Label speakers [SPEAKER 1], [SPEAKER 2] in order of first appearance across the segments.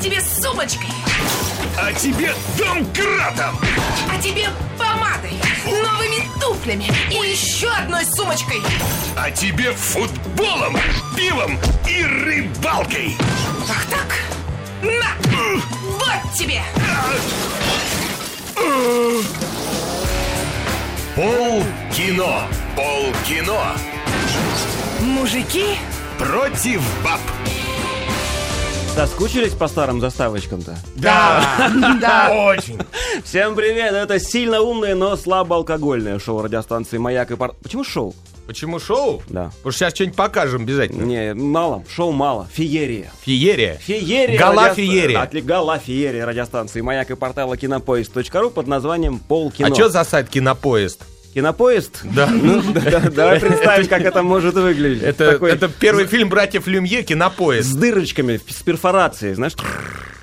[SPEAKER 1] тебе сумочкой,
[SPEAKER 2] А тебе домкратом!
[SPEAKER 1] а тебе помадой, новыми туфлями и еще одной сумочкой.
[SPEAKER 2] А тебе футболом, пивом и рыбалкой!
[SPEAKER 1] Ах так? На! Вот тебе!
[SPEAKER 2] Пол кино! Пол кино!
[SPEAKER 1] Мужики
[SPEAKER 2] Против баб!
[SPEAKER 3] Соскучились по старым заставочкам-то?
[SPEAKER 2] Да! Очень!
[SPEAKER 3] Всем привет! Это сильно умное, но слабо алкогольное шоу радиостанции «Маяк» и пар... Почему шоу?
[SPEAKER 4] Почему шоу?
[SPEAKER 3] Да.
[SPEAKER 4] Потому что сейчас что-нибудь покажем обязательно.
[SPEAKER 3] Не, мало. Шоу мало. Феерия.
[SPEAKER 4] Феерия.
[SPEAKER 3] Феерия.
[SPEAKER 4] Гала феерия.
[SPEAKER 3] Отли... Гала феерия радиостанции «Маяк» и портала «Кинопоезд.ру» под названием «Полкино».
[SPEAKER 4] А что за сайт Кинопоезд?
[SPEAKER 3] Кинопоезд?
[SPEAKER 4] Да.
[SPEAKER 3] Ну, да, давай представим, как это может выглядеть.
[SPEAKER 4] Это,
[SPEAKER 3] Такой
[SPEAKER 4] это первый фильм братьев Люмье
[SPEAKER 3] С
[SPEAKER 4] Кинопоезд.
[SPEAKER 3] дырочками, с перфорацией, знаешь?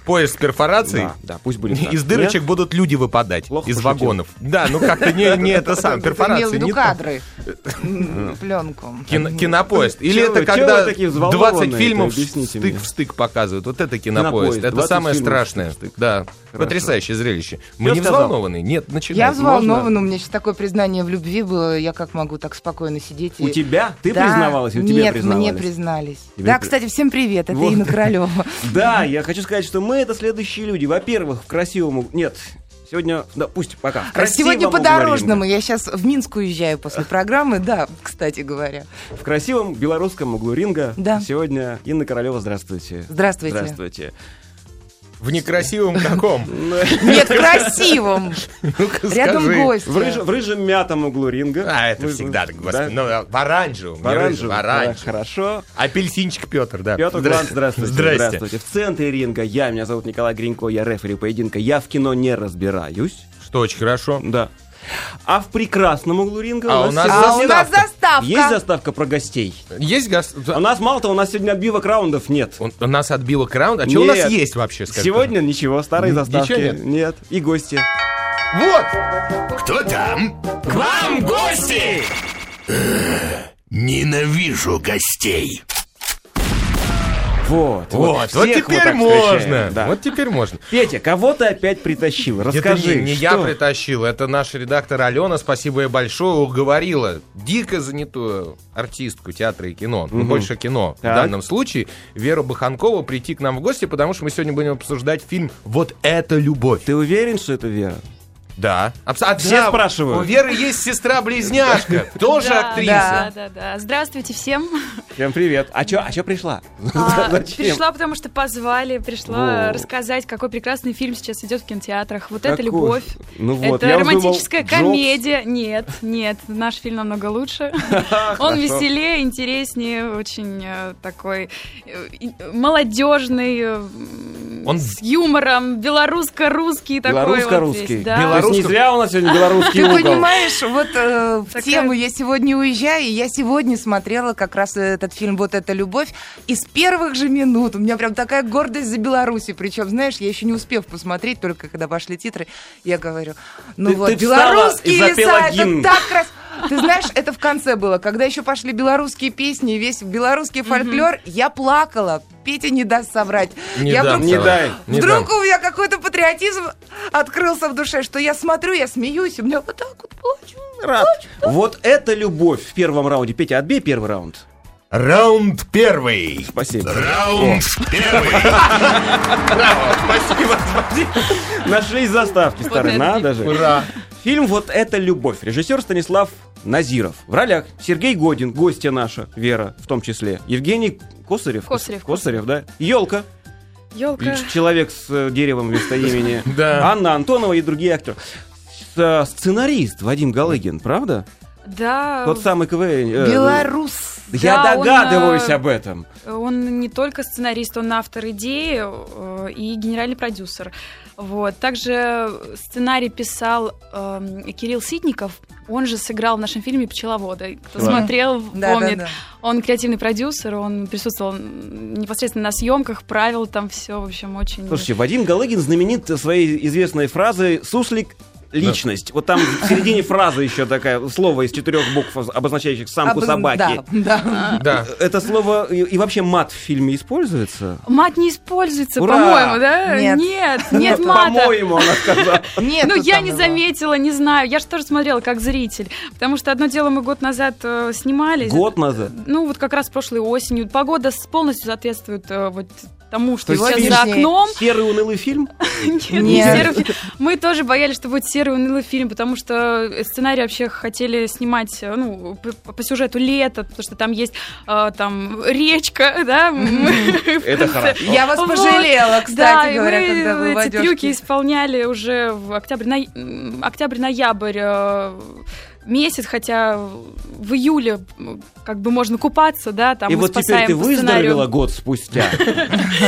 [SPEAKER 4] Поезд с перфорацией.
[SPEAKER 3] Да, да, пусть будет так.
[SPEAKER 4] Из дырочек
[SPEAKER 3] Нет?
[SPEAKER 4] будут люди выпадать.
[SPEAKER 3] Плохо
[SPEAKER 4] из
[SPEAKER 3] пошутил.
[SPEAKER 4] вагонов. Да, ну как-то не, не это сам,
[SPEAKER 5] Имел в
[SPEAKER 4] перфорации.
[SPEAKER 5] виду
[SPEAKER 4] не то.
[SPEAKER 5] кадры. М, Пленку.
[SPEAKER 4] Кино- кинопоезд. Или
[SPEAKER 3] Чего
[SPEAKER 4] это
[SPEAKER 3] вы- чего
[SPEAKER 4] когда
[SPEAKER 3] вы
[SPEAKER 4] 20
[SPEAKER 3] такие взволнованные-то,
[SPEAKER 4] фильмов
[SPEAKER 3] объясните
[SPEAKER 4] стык
[SPEAKER 3] мне.
[SPEAKER 4] в стык показывают. Вот это
[SPEAKER 3] Кинопоезд,
[SPEAKER 4] кинопоезд. Это
[SPEAKER 3] 20
[SPEAKER 4] самое
[SPEAKER 3] фильмов
[SPEAKER 4] страшное.
[SPEAKER 3] стык в стык.
[SPEAKER 4] Да.
[SPEAKER 3] Хорошо.
[SPEAKER 4] Потрясающее зрелище. Мы не
[SPEAKER 3] сказал?
[SPEAKER 4] взволнованы. Нет, начинаем.
[SPEAKER 5] Я взволнована, у меня сейчас такое признание в любви было. Я как могу так спокойно сидеть и...
[SPEAKER 3] У тебя? Ты
[SPEAKER 5] Да,
[SPEAKER 3] признавалась? У тебя
[SPEAKER 5] Нет,
[SPEAKER 3] признавались?
[SPEAKER 5] мне признались.
[SPEAKER 3] Тебе
[SPEAKER 5] да,
[SPEAKER 3] при-
[SPEAKER 5] кстати, всем привет, это
[SPEAKER 3] Вот.
[SPEAKER 5] Инна Королева.
[SPEAKER 3] Да, я хочу сказать, что мы это следующие люди. Во-первых, в красивому... Нет, сегодня... Да, пусть пока. В
[SPEAKER 5] А Сегодня
[SPEAKER 3] красивом
[SPEAKER 5] по-дорожному.
[SPEAKER 3] углу
[SPEAKER 5] Я сейчас в Минск уезжаю после программы, да, кстати говоря.
[SPEAKER 3] ринга. В красивом белорусском углу ринга.
[SPEAKER 5] Да.
[SPEAKER 3] Сегодня Инна Королева, здравствуйте.
[SPEAKER 5] Здравствуйте.
[SPEAKER 3] Здравствуйте.
[SPEAKER 4] В некрасивом каком?
[SPEAKER 5] Нет, в красивом.
[SPEAKER 4] Ну-ка,
[SPEAKER 5] Рядом
[SPEAKER 4] скажи.
[SPEAKER 5] гость.
[SPEAKER 3] В, рыж- в рыжем мятом углу ринга.
[SPEAKER 4] А, это
[SPEAKER 3] Вы-
[SPEAKER 4] всегда так, господи.
[SPEAKER 3] Да?
[SPEAKER 4] Ну, а, в оранжевом.
[SPEAKER 3] В оранжевом.
[SPEAKER 4] В
[SPEAKER 3] Да,
[SPEAKER 4] оранжевом.
[SPEAKER 3] Хорошо.
[SPEAKER 4] Апельсинчик Петр, да.
[SPEAKER 3] Петр
[SPEAKER 4] Здрасте.
[SPEAKER 3] Глант, здравствуйте.
[SPEAKER 4] Здрасте.
[SPEAKER 3] Здравствуйте. В центре ринга я, меня зовут Николай Гринько, я рефери поединка. Я в кино не разбираюсь.
[SPEAKER 4] Что очень хорошо.
[SPEAKER 3] Да. А в прекрасном углу ринга
[SPEAKER 4] А
[SPEAKER 3] у
[SPEAKER 4] у
[SPEAKER 3] нас,
[SPEAKER 4] нас
[SPEAKER 3] сегодня-
[SPEAKER 5] А у нас заставка.
[SPEAKER 3] есть заставка про гостей.
[SPEAKER 4] Есть газ...
[SPEAKER 3] У нас мало того, у нас сегодня отбивок раундов нет.
[SPEAKER 4] Он- у нас отбило краунд. А что у
[SPEAKER 3] Нет.
[SPEAKER 4] нас есть вообще? скажи,
[SPEAKER 3] Сегодня ничего, старые
[SPEAKER 4] Н-
[SPEAKER 3] заставки.
[SPEAKER 4] ничего нет?
[SPEAKER 3] И гости.
[SPEAKER 4] пожалуйста.
[SPEAKER 2] Кто там? К вам гости! Э, Ненавижу гостей.
[SPEAKER 3] Вот.
[SPEAKER 4] Вот! Вот, вот
[SPEAKER 3] всех мы
[SPEAKER 4] теперь
[SPEAKER 3] так встречаем,
[SPEAKER 4] можно.
[SPEAKER 3] да.
[SPEAKER 4] Вот теперь можно.
[SPEAKER 3] Петя, кого ты опять притащил? Расскажи.
[SPEAKER 4] это не, не я
[SPEAKER 3] что?
[SPEAKER 4] притащил, это наш редактор Алена, спасибо ей большое, уговорила дико занятую артистку театра и кино, ну, больше кино
[SPEAKER 3] Так.
[SPEAKER 4] в данном случае, Веру Баханкову прийти к нам в гости, потому что мы сегодня будем обсуждать фильм «Вот это любовь».
[SPEAKER 3] Ты уверен, что это Вера?
[SPEAKER 4] Да. Абс- а,
[SPEAKER 3] Все
[SPEAKER 4] да,
[SPEAKER 3] спрашивают.
[SPEAKER 4] У Веры есть сестра-близняшка, тоже
[SPEAKER 6] Да,
[SPEAKER 4] актриса.
[SPEAKER 6] Да, да, да. Здравствуйте всем.
[SPEAKER 3] Всем привет. А чё, а чё пришла?
[SPEAKER 6] А,
[SPEAKER 3] Зачем?
[SPEAKER 6] Пришла, потому что позвали, пришла
[SPEAKER 3] Во.
[SPEAKER 6] рассказать, какой прекрасный фильм сейчас идет в кинотеатрах. Вот это
[SPEAKER 3] Какой?
[SPEAKER 6] любовь.
[SPEAKER 3] Ну вот,
[SPEAKER 6] это
[SPEAKER 3] я уж думал,
[SPEAKER 6] романтическая
[SPEAKER 3] Джобс.
[SPEAKER 6] комедия. Нет, нет, наш фильм намного лучше. Он веселее, интереснее, очень э, такой э, и- молодежный, э, м,
[SPEAKER 4] Он-
[SPEAKER 6] с юмором, белорусско-русский такой. вот
[SPEAKER 3] Белорусско-русский.
[SPEAKER 6] весь, да.
[SPEAKER 3] То есть не
[SPEAKER 4] Белорусско-
[SPEAKER 3] зря у нас сегодня белорусский
[SPEAKER 5] Ты
[SPEAKER 3] угол.
[SPEAKER 5] понимаешь, вот э, в
[SPEAKER 6] Такая-
[SPEAKER 5] тему «Я сегодня уезжаю», и я сегодня смотрела как раз э, этот фильм «Вот это любовь» и с первых же минут у меня прям такая гордость за Беларусь. Причем, знаешь, я еще не успев посмотреть, только когда пошли титры, я говорю, ну
[SPEAKER 3] Ты-
[SPEAKER 5] вот,
[SPEAKER 3] ты встала и
[SPEAKER 5] белорусские
[SPEAKER 3] запела
[SPEAKER 5] леса, это
[SPEAKER 3] гимн.
[SPEAKER 5] так крас... Ты знаешь, это в конце было, когда еще пошли белорусские песни, и весь белорусский фольклор, я плакала. Петя не даст соврать.
[SPEAKER 4] Не
[SPEAKER 5] я
[SPEAKER 4] дам
[SPEAKER 5] вдруг
[SPEAKER 3] Не
[SPEAKER 4] соврать.
[SPEAKER 3] дай.
[SPEAKER 4] Не
[SPEAKER 5] Вдруг
[SPEAKER 4] дам.
[SPEAKER 5] у меня какой-то патриотизм открылся в душе, что я смотрю, я смеюсь, у меня вот так вот плачу.
[SPEAKER 3] Рад. Вот это любовь в первом раунде. Петя, отбей первый раунд.
[SPEAKER 4] Раунд первый.
[SPEAKER 3] Спасибо.
[SPEAKER 2] Раунд первый.
[SPEAKER 4] Браво, спасибо, спасибо.
[SPEAKER 3] Нашли заставки старые,
[SPEAKER 6] это
[SPEAKER 3] надо же.
[SPEAKER 4] Ура.
[SPEAKER 3] Фильм «Вот это любовь». Режиссер Станислав Назиров. В ролях Сергей Годин, гостья наша, Вера в том числе. Евгений Косарев.
[SPEAKER 6] Косарев.
[SPEAKER 3] Косарев, да. Елка.
[SPEAKER 6] Ёлка.
[SPEAKER 3] Человек с э, деревом вместо имени.
[SPEAKER 4] Да.
[SPEAKER 3] Анна Антонова и другие актеры. С- э, Сценарист Вадим Галыгин, правда?
[SPEAKER 6] Да,
[SPEAKER 3] Тот самый КВН. э,
[SPEAKER 5] Белорус.
[SPEAKER 3] Я
[SPEAKER 6] Да, он,
[SPEAKER 3] догадываюсь
[SPEAKER 6] э,
[SPEAKER 3] об этом.
[SPEAKER 6] Он не только сценарист, он автор идеи э, и генеральный продюсер. Вот. Также сценарий писал эм, Кирилл Ситников. Он же сыграл в нашем фильме «Пчеловода». Кто
[SPEAKER 3] Класс.
[SPEAKER 6] смотрел,
[SPEAKER 5] Да, да,
[SPEAKER 6] помнит.
[SPEAKER 5] да.
[SPEAKER 6] Он креативный продюсер, он присутствовал непосредственно на съемках, правил там все, в общем, очень...
[SPEAKER 3] Слушайте, Вадим Галыгин знаменит своей известной фразой «Суслик личность. Вот там в середине фразы еще такая слово из четырех букв, обозначающих самку
[SPEAKER 5] Обоз-
[SPEAKER 3] собаки.
[SPEAKER 5] Да, да.
[SPEAKER 4] Да.
[SPEAKER 3] Это слово и, и вообще мат в фильме используется?
[SPEAKER 6] Мат не используется,
[SPEAKER 3] Ура!
[SPEAKER 6] по-моему, да?
[SPEAKER 5] Нет.
[SPEAKER 6] нет, нет мата.
[SPEAKER 3] По-моему, она сказала.
[SPEAKER 5] Нет,
[SPEAKER 6] Ну,
[SPEAKER 5] тут
[SPEAKER 6] я
[SPEAKER 5] там
[SPEAKER 6] не
[SPEAKER 5] его.
[SPEAKER 6] заметила, не знаю. Я же тоже смотрела как зритель. Потому что одно дело мы год назад э, снимались.
[SPEAKER 3] Год назад.
[SPEAKER 6] Ну, вот как раз прошлой осенью. Погода с- полностью соответствует э, вот тому, что
[SPEAKER 3] То есть
[SPEAKER 6] сейчас
[SPEAKER 3] фильм-
[SPEAKER 6] за окном.
[SPEAKER 3] Серый унылый фильм?
[SPEAKER 6] Нет, не
[SPEAKER 5] Нет.
[SPEAKER 6] серый фильм. Мы тоже боялись, что будет серый унылый фильм, потому что э, сценарий вообще хотели снимать э, ну, по, по сюжету лето, потому что там есть э, там речка, да. Это хорошо.
[SPEAKER 5] Я вас
[SPEAKER 6] Вот.
[SPEAKER 5] пожалела,
[SPEAKER 6] Да,
[SPEAKER 5] кстати
[SPEAKER 6] и
[SPEAKER 5] говоря,
[SPEAKER 6] мы
[SPEAKER 5] когда вы в
[SPEAKER 6] эти трюки
[SPEAKER 5] одежке.
[SPEAKER 6] исполняли уже в октябрь, ноя- м, октябрь-ноябрь э, месяц, хотя в июле м, как бы можно купаться, да, там
[SPEAKER 3] И
[SPEAKER 6] мы
[SPEAKER 3] вот теперь
[SPEAKER 6] спасаем
[SPEAKER 3] ты
[SPEAKER 6] по сценарию.
[SPEAKER 3] выздоровела год спустя.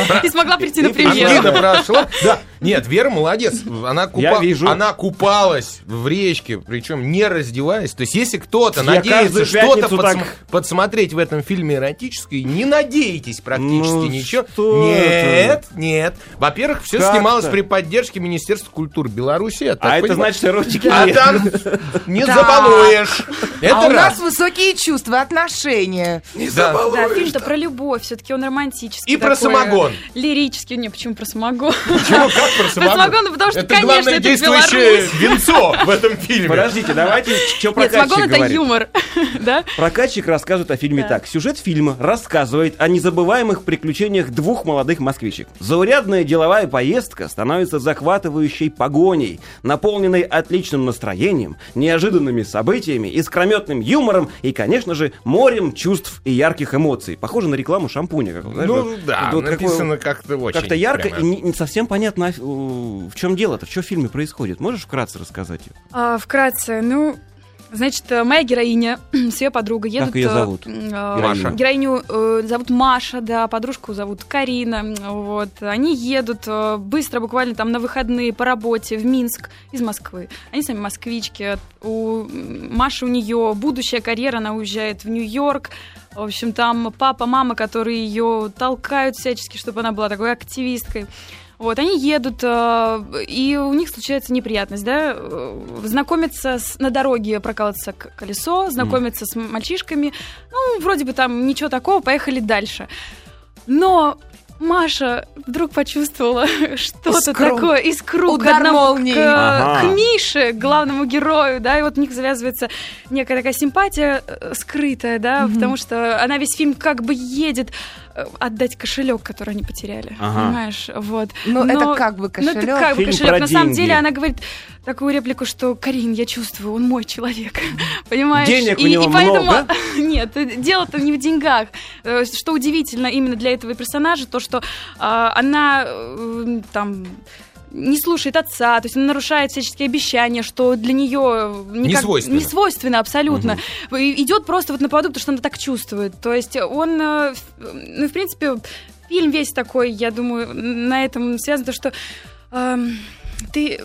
[SPEAKER 3] А
[SPEAKER 6] и смогла прийти на
[SPEAKER 3] И пришла.
[SPEAKER 6] премьеру.
[SPEAKER 4] Отлично прошла. Да. Нет, Вера молодец. Она, купа-
[SPEAKER 3] Я вижу.
[SPEAKER 4] она купалась в речке, причем не раздеваясь. То есть, если кто-то
[SPEAKER 3] Я
[SPEAKER 4] надеется
[SPEAKER 3] каждую
[SPEAKER 4] что-то
[SPEAKER 3] пятницу
[SPEAKER 4] подсм-
[SPEAKER 3] так-
[SPEAKER 4] подсмотреть в этом фильме эротическое, не надейтесь практически
[SPEAKER 3] Ну,
[SPEAKER 4] ничего.
[SPEAKER 3] что
[SPEAKER 4] Нет, нет. Во-первых, все
[SPEAKER 3] Как-то.
[SPEAKER 4] снималось при поддержке Министерства культуры Беларуси. я так
[SPEAKER 3] А это
[SPEAKER 4] понимаю.
[SPEAKER 3] значит, что эротики
[SPEAKER 4] А
[SPEAKER 3] нет.
[SPEAKER 4] там не
[SPEAKER 5] Да.
[SPEAKER 4] забалуешь. Это
[SPEAKER 5] А у
[SPEAKER 4] раз.
[SPEAKER 5] нас высокие чувства, отношения.
[SPEAKER 4] Да.
[SPEAKER 6] Да, фильм-то про любовь, все-таки он романтический.
[SPEAKER 4] И про
[SPEAKER 6] такой, э,
[SPEAKER 4] самогон.
[SPEAKER 6] Лирический. Не, почему про самогон?
[SPEAKER 4] Почему? Как про
[SPEAKER 6] Про
[SPEAKER 4] самогон?
[SPEAKER 6] самогон, ну, потому что,
[SPEAKER 4] Это
[SPEAKER 6] конечно,
[SPEAKER 4] главное
[SPEAKER 6] это
[SPEAKER 4] действующее
[SPEAKER 6] Беларусь.
[SPEAKER 4] венцо в этом фильме.
[SPEAKER 3] Подождите, давайте, что
[SPEAKER 6] Нет, самогон
[SPEAKER 3] прокатчик
[SPEAKER 6] это
[SPEAKER 3] говорит.
[SPEAKER 6] юмор, да?
[SPEAKER 3] Прокатчик рассказывает о фильме так. Сюжет фильма рассказывает о незабываемых приключениях двух молодых москвичек. Заурядная деловая поездка становится захватывающей погоней, наполненной отличным настроением, неожиданными событиями, искрометным юмором и, конечно же, морем чувств и ярких эмоций. Похоже на рекламу шампуня. как, знаешь,
[SPEAKER 4] Ну
[SPEAKER 3] вот-
[SPEAKER 4] да,
[SPEAKER 3] вот такое-
[SPEAKER 4] написано как-то очень.
[SPEAKER 3] Как-то ярко
[SPEAKER 4] прямо.
[SPEAKER 3] и не, не совсем понятно, а, э, в чем дело-то, что в фильме происходит. Можешь вкратце рассказать?
[SPEAKER 6] А, Вкратце, ну... Значит, э, моя героиня с ее подругой едут...
[SPEAKER 3] её
[SPEAKER 6] э,
[SPEAKER 3] зовут?
[SPEAKER 6] э,
[SPEAKER 3] Маша.
[SPEAKER 6] Героиню э, зовут Маша, да, подружку зовут Карина. м, Вот. Они едут э, быстро, буквально там на выходные по работе в Минск из Москвы. Они сами москвички. У м, Маши у нее будущая карьера, она уезжает в Нью-Йорк. В общем, там папа, мама, которые ее толкают всячески, чтобы она была такой активисткой. Вот, они едут, э, и у них случается неприятность, да, э, знакомятся с, на дороге, прокалывается к- колесо, знакомятся с м- мальчишками, ну, вроде бы там ничего такого, поехали дальше. Но Маша вдруг почувствовала что-то
[SPEAKER 5] Искру.
[SPEAKER 6] такое, искру к,
[SPEAKER 5] Удар
[SPEAKER 6] одному-
[SPEAKER 5] молнии.
[SPEAKER 6] к, э,
[SPEAKER 3] Ага.
[SPEAKER 6] к Мише, к главному герою, да, и вот у них завязывается некая такая симпатия э, скрытая, да, потому что она весь фильм как бы едет э, отдать кошелек, который они потеряли,
[SPEAKER 3] Ага.
[SPEAKER 6] понимаешь, вот.
[SPEAKER 5] Ну, это как бы
[SPEAKER 6] Ну, это
[SPEAKER 5] кошелек.
[SPEAKER 6] как бы
[SPEAKER 3] Фильм
[SPEAKER 6] кошелек.
[SPEAKER 3] про
[SPEAKER 6] На самом
[SPEAKER 3] деньги.
[SPEAKER 6] деле она говорит такую реплику, что Карин, я чувствую, он мой человек. Понимаешь?
[SPEAKER 3] Денег у
[SPEAKER 6] и,
[SPEAKER 3] него
[SPEAKER 6] и поэтому...
[SPEAKER 3] много?
[SPEAKER 6] Нет, дело-то не в деньгах. Э, Что удивительно именно для этого персонажа, то, что а, она э, там не слушает отца, то есть она нарушает всяческие обещания, что для нее э, никак-
[SPEAKER 4] Не свойственно.
[SPEAKER 6] не свойственно абсолютно. И- Идет просто вот на поводу, потому что она так чувствует. То есть он, э, в- ну, в принципе, фильм весь такой, я думаю, на этом связан, то, что эм, ты...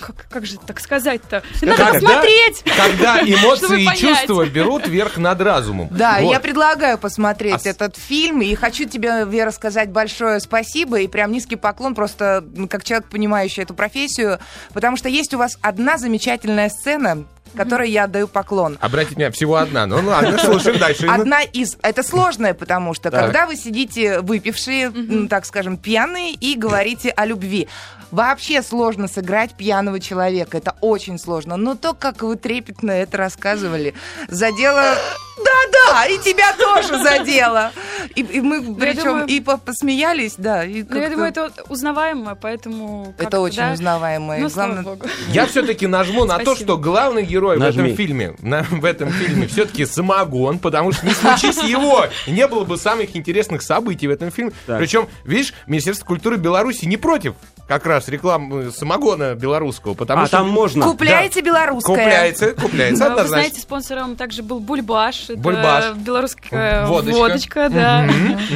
[SPEAKER 6] Как, как же так сказать-то? Надо
[SPEAKER 4] Когда-
[SPEAKER 6] посмотреть!
[SPEAKER 4] Когда
[SPEAKER 6] Чтобы
[SPEAKER 4] эмоции и
[SPEAKER 6] понять.
[SPEAKER 4] чувства берут верх над разумом.
[SPEAKER 5] Да,
[SPEAKER 4] Вот.
[SPEAKER 5] я предлагаю посмотреть
[SPEAKER 4] А с-
[SPEAKER 5] этот фильм, и хочу тебе, Вера, сказать большое спасибо, и прям низкий поклон, просто м, как человек, понимающий эту профессию, потому что есть у вас одна замечательная сцена, которой я отдаю поклон.
[SPEAKER 4] Обратите меня, всего одна. Ну ладно, слушаем дальше.
[SPEAKER 3] А
[SPEAKER 5] Одна из... Это сложное, потому что
[SPEAKER 4] Так.
[SPEAKER 5] когда вы сидите выпившие, м, так скажем, пьяные, и говорите о любви, вообще сложно сыграть пьяного человека. Это очень сложно. Но то, как вы трепетно это рассказывали, задело... Да-да, и тебя тоже задело. И, и мы причем
[SPEAKER 6] Ну, думаю-
[SPEAKER 5] и по- посмеялись, да. и
[SPEAKER 6] Ну, я
[SPEAKER 5] как-то-
[SPEAKER 6] думаю, это узнаваемо, поэтому...
[SPEAKER 5] это
[SPEAKER 6] как-то,
[SPEAKER 5] очень
[SPEAKER 6] да.
[SPEAKER 5] узнаваемо. И
[SPEAKER 6] Ну, слава
[SPEAKER 5] главное,
[SPEAKER 6] богу.
[SPEAKER 4] Я все-таки нажму на то,
[SPEAKER 6] Спасибо.
[SPEAKER 4] что главный герой в
[SPEAKER 3] Нажми.
[SPEAKER 4] этом фильме, на- в этом фильме все-таки самогон, потому что не случись его, не было бы самых интересных событий в этом фильме.
[SPEAKER 3] Так.
[SPEAKER 4] Причем, видишь, Министерство культуры Беларуси не против как раз рекламы э, самогона белорусского, потому
[SPEAKER 3] А
[SPEAKER 4] что
[SPEAKER 3] там можно.
[SPEAKER 5] купляйте белорусское.
[SPEAKER 4] купляется, купляется
[SPEAKER 6] А Вы
[SPEAKER 4] однозначно.
[SPEAKER 6] знаете, спонсором также был Бульбаш. это
[SPEAKER 4] Бульбаш.
[SPEAKER 6] белорусская
[SPEAKER 4] Водочка.
[SPEAKER 6] водочка. да.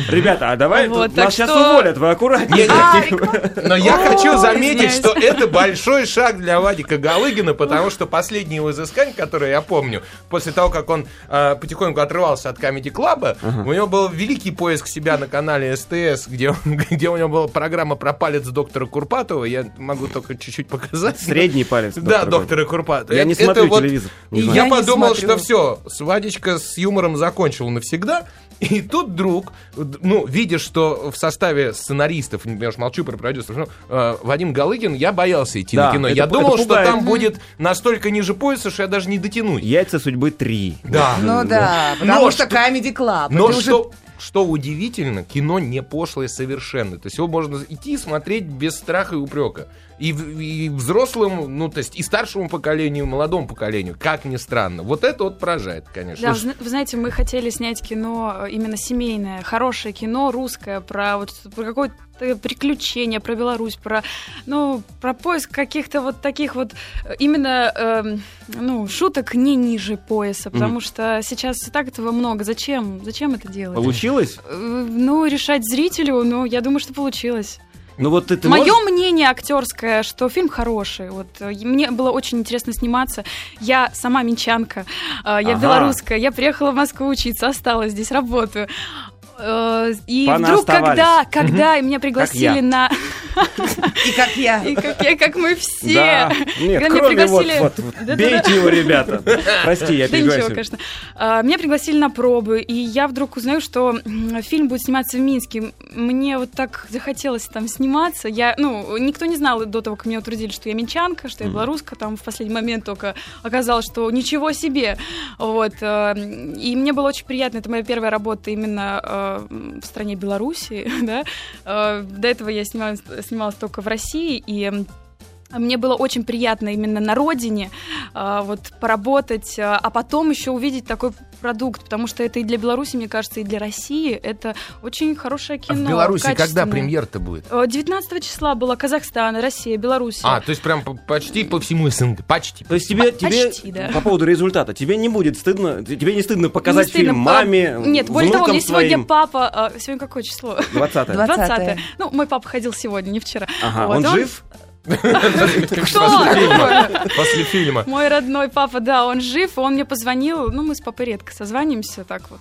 [SPEAKER 3] Ребята, а давай
[SPEAKER 6] Вот,
[SPEAKER 3] тут
[SPEAKER 6] так
[SPEAKER 3] нас сейчас
[SPEAKER 6] что-
[SPEAKER 3] уволят, вы аккуратнее.
[SPEAKER 5] А, реклама.
[SPEAKER 3] типа,
[SPEAKER 4] Но я хочу заметить,
[SPEAKER 6] извиняюсь.
[SPEAKER 4] что это большой шаг для Вадика Галыгина, потому что последнее его изыскание, которое я помню, после того, как он э, потихоньку отрывался от Comedy Клаба, у него был великий поиск себя на канале СТС, где, он- где у него была программа про палец доктора Курпатова. Я могу только чуть-чуть показать.
[SPEAKER 3] Средний палец.
[SPEAKER 4] Да,
[SPEAKER 3] доктор.
[SPEAKER 4] доктора Курпатова.
[SPEAKER 3] Я не
[SPEAKER 4] Это-
[SPEAKER 3] смотрю
[SPEAKER 4] это вот-
[SPEAKER 3] телевизор.
[SPEAKER 4] И
[SPEAKER 3] Не
[SPEAKER 4] я,
[SPEAKER 3] знаю.
[SPEAKER 5] Я не
[SPEAKER 4] подумал,
[SPEAKER 5] смотрю.
[SPEAKER 4] что все, Свадечка с юмором закончил навсегда. И тут вдруг, ну, видя, что в составе сценаристов, я уж молчу про продюсеров, ну, э, Вадим Галыгин, я боялся идти
[SPEAKER 3] Да,
[SPEAKER 4] на кино.
[SPEAKER 3] это-
[SPEAKER 4] я
[SPEAKER 3] это
[SPEAKER 4] думал, что
[SPEAKER 3] пугает.
[SPEAKER 4] там будет настолько ниже пояса, что я даже не дотянусь.
[SPEAKER 3] Яйца судьбы 3.
[SPEAKER 4] Да.
[SPEAKER 5] Ну да,
[SPEAKER 4] Но
[SPEAKER 5] потому что
[SPEAKER 4] что-
[SPEAKER 5] Comedy Club.
[SPEAKER 4] Но
[SPEAKER 5] Это уже
[SPEAKER 4] что, что удивительно, кино не пошлое совершенно. То есть его можно идти и смотреть без страха и упрека. И, в- и взрослым, ну, то есть и старшему поколению, и молодому поколению. Как ни странно. Вот это вот поражает, конечно. Слушай,
[SPEAKER 6] Да, вы зна- вы знаете, мы хотели снять кино э, именно семейное, хорошее кино, русское, про, вот, про какое-то приключение, про Беларусь, про, ну, про поиск каких-то вот таких вот э, именно эм, ну, шуток не ниже пояса, потому что сейчас и так этого много. Зачем? Зачем это делать?
[SPEAKER 3] Получилось?
[SPEAKER 6] Э, Ну, решать зрителю, ну, я думаю, что получилось.
[SPEAKER 3] Ну вот ты, ты
[SPEAKER 6] Мое
[SPEAKER 3] можешь-
[SPEAKER 6] мнение актерское, что фильм хороший. Вот э, мне было очень интересно сниматься. Я сама минчанка, э, я
[SPEAKER 3] Ага.
[SPEAKER 6] белорусская, я приехала в Москву учиться, осталась здесь, работаю. Э, И вдруг,
[SPEAKER 3] Понаоставались.
[SPEAKER 6] когда, когда меня пригласили
[SPEAKER 3] я.
[SPEAKER 6] на...
[SPEAKER 5] И как я.
[SPEAKER 6] И как, я, как мы все.
[SPEAKER 3] Да. Нет,
[SPEAKER 6] Когда меня
[SPEAKER 3] кроме вот,
[SPEAKER 6] пригласили-
[SPEAKER 3] вот- вот.
[SPEAKER 6] Да-да-да.
[SPEAKER 3] Бейте его, ребята. Прости, я
[SPEAKER 6] Да ничего,
[SPEAKER 3] перебиваю.
[SPEAKER 6] конечно. А, Меня пригласили на пробы, и я вдруг узнаю, что м, фильм будет сниматься в Минске. Мне вот так захотелось там сниматься. Я, ну, никто не знал до того, как меня утрудили, что я минчанка, что я белоруска. Там в последний момент только оказалось, что ничего себе. Вот. э, И мне было очень приятно. Это моя первая работа именно э, в стране Беларуси, да. Э, До этого я снималась, снималась только в России, и м, мне было очень приятно именно на родине а, вот поработать, а а потом еще увидеть такой продукт, потому что это и для Беларуси, мне кажется, и для России это очень хорошее
[SPEAKER 4] а
[SPEAKER 6] кино.
[SPEAKER 4] в Беларуси когда
[SPEAKER 6] качественное.
[SPEAKER 4] премьер-то будет?
[SPEAKER 6] Э, 19 числа была Казахстан, Россия, Беларусь.
[SPEAKER 4] А, то есть прям по- почти по всему СНГ. Почти.
[SPEAKER 3] То есть тебе, тебе
[SPEAKER 6] Почти, да.
[SPEAKER 3] по поводу результата, тебе не будет стыдно, т- тебе не стыдно показать
[SPEAKER 6] Не стыдно,
[SPEAKER 3] фильм
[SPEAKER 6] а,
[SPEAKER 3] маме,
[SPEAKER 6] Нет, более того, мне
[SPEAKER 3] внукам
[SPEAKER 6] сегодня
[SPEAKER 3] своим.
[SPEAKER 6] папа... а, Сегодня какое число?
[SPEAKER 3] 20
[SPEAKER 5] 20-е.
[SPEAKER 6] 20 Ну, мой папа ходил сегодня, не вчера.
[SPEAKER 3] Ага,
[SPEAKER 6] Вот
[SPEAKER 3] он
[SPEAKER 6] он-
[SPEAKER 3] жив?
[SPEAKER 6] Кто? Такое?
[SPEAKER 4] После фильма.
[SPEAKER 6] Мой родной папа, да, он жив, и он мне позвонил, ну, мы с папой редко созваниваемся так вот,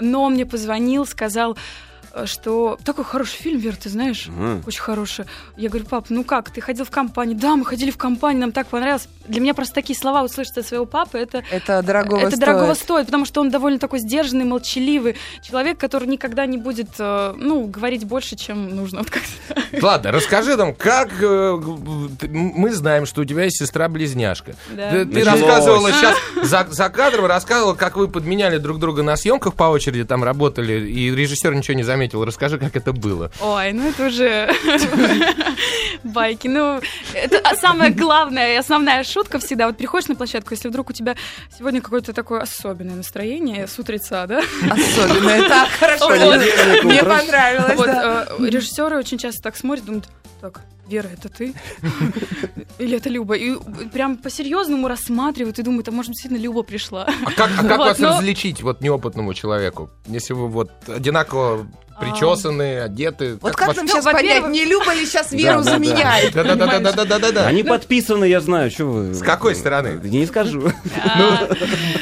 [SPEAKER 6] но он мне позвонил, сказал, э, что такой хороший фильм, Вер, ты знаешь,
[SPEAKER 3] Мгм.
[SPEAKER 6] очень хороший. Я говорю, пап, ну как, ты ходил в компанию? Да, мы ходили в компанию, нам так понравилось. Для меня просто такие слова услышать от своего папы, это
[SPEAKER 5] Это дорогого
[SPEAKER 6] это
[SPEAKER 5] стоит.
[SPEAKER 6] дорогого стоит, потому что он довольно такой сдержанный, молчаливый человек, который никогда не будет, э, ну, говорить больше, чем нужно. Вот как-то.
[SPEAKER 4] Ладно, расскажи нам, как... э, г- м- Мы знаем, что у тебя есть сестра-близняшка.
[SPEAKER 6] Да.
[SPEAKER 4] Ты, ты
[SPEAKER 3] Началось.
[SPEAKER 4] рассказывала сейчас за, за кадром, рассказывала, как вы подменяли друг друга на съемках по очереди, там работали, и режиссер ничего не заметил. Расскажи, как это было.
[SPEAKER 6] Ой, ну это уже байки. Ну, это а самая главная и основная шутка всегда. Вот приходишь на площадку, если вдруг у тебя сегодня какое-то такое особенное настроение с утреца, да?
[SPEAKER 5] Особенно так хорошо.
[SPEAKER 6] Вот.
[SPEAKER 5] Мне понравилось,
[SPEAKER 6] Вот
[SPEAKER 5] да.
[SPEAKER 6] э, режиссеры очень часто так смотрят, думают, так, Вера, это ты? Или это Люба? И прям по-серьезному рассматривают и думают, а может, действительно Люба пришла?
[SPEAKER 4] А как, а как
[SPEAKER 6] Вот,
[SPEAKER 4] вас
[SPEAKER 6] ну-
[SPEAKER 4] различить, вот неопытному человеку, если вы вот одинаково
[SPEAKER 6] А.
[SPEAKER 4] причесаны, одеты?
[SPEAKER 5] Вот как
[SPEAKER 4] вас-
[SPEAKER 5] нам
[SPEAKER 6] Ну,
[SPEAKER 5] сейчас понять,
[SPEAKER 6] во-первых-
[SPEAKER 5] не Люба ли сейчас Веру
[SPEAKER 3] Да, да, да.
[SPEAKER 5] заменяет?
[SPEAKER 4] Да-да-да-да-да-да-да.
[SPEAKER 3] Они подписаны, я знаю, что вы...
[SPEAKER 4] С какой стороны?
[SPEAKER 3] Не скажу.
[SPEAKER 4] Ну.
[SPEAKER 6] А,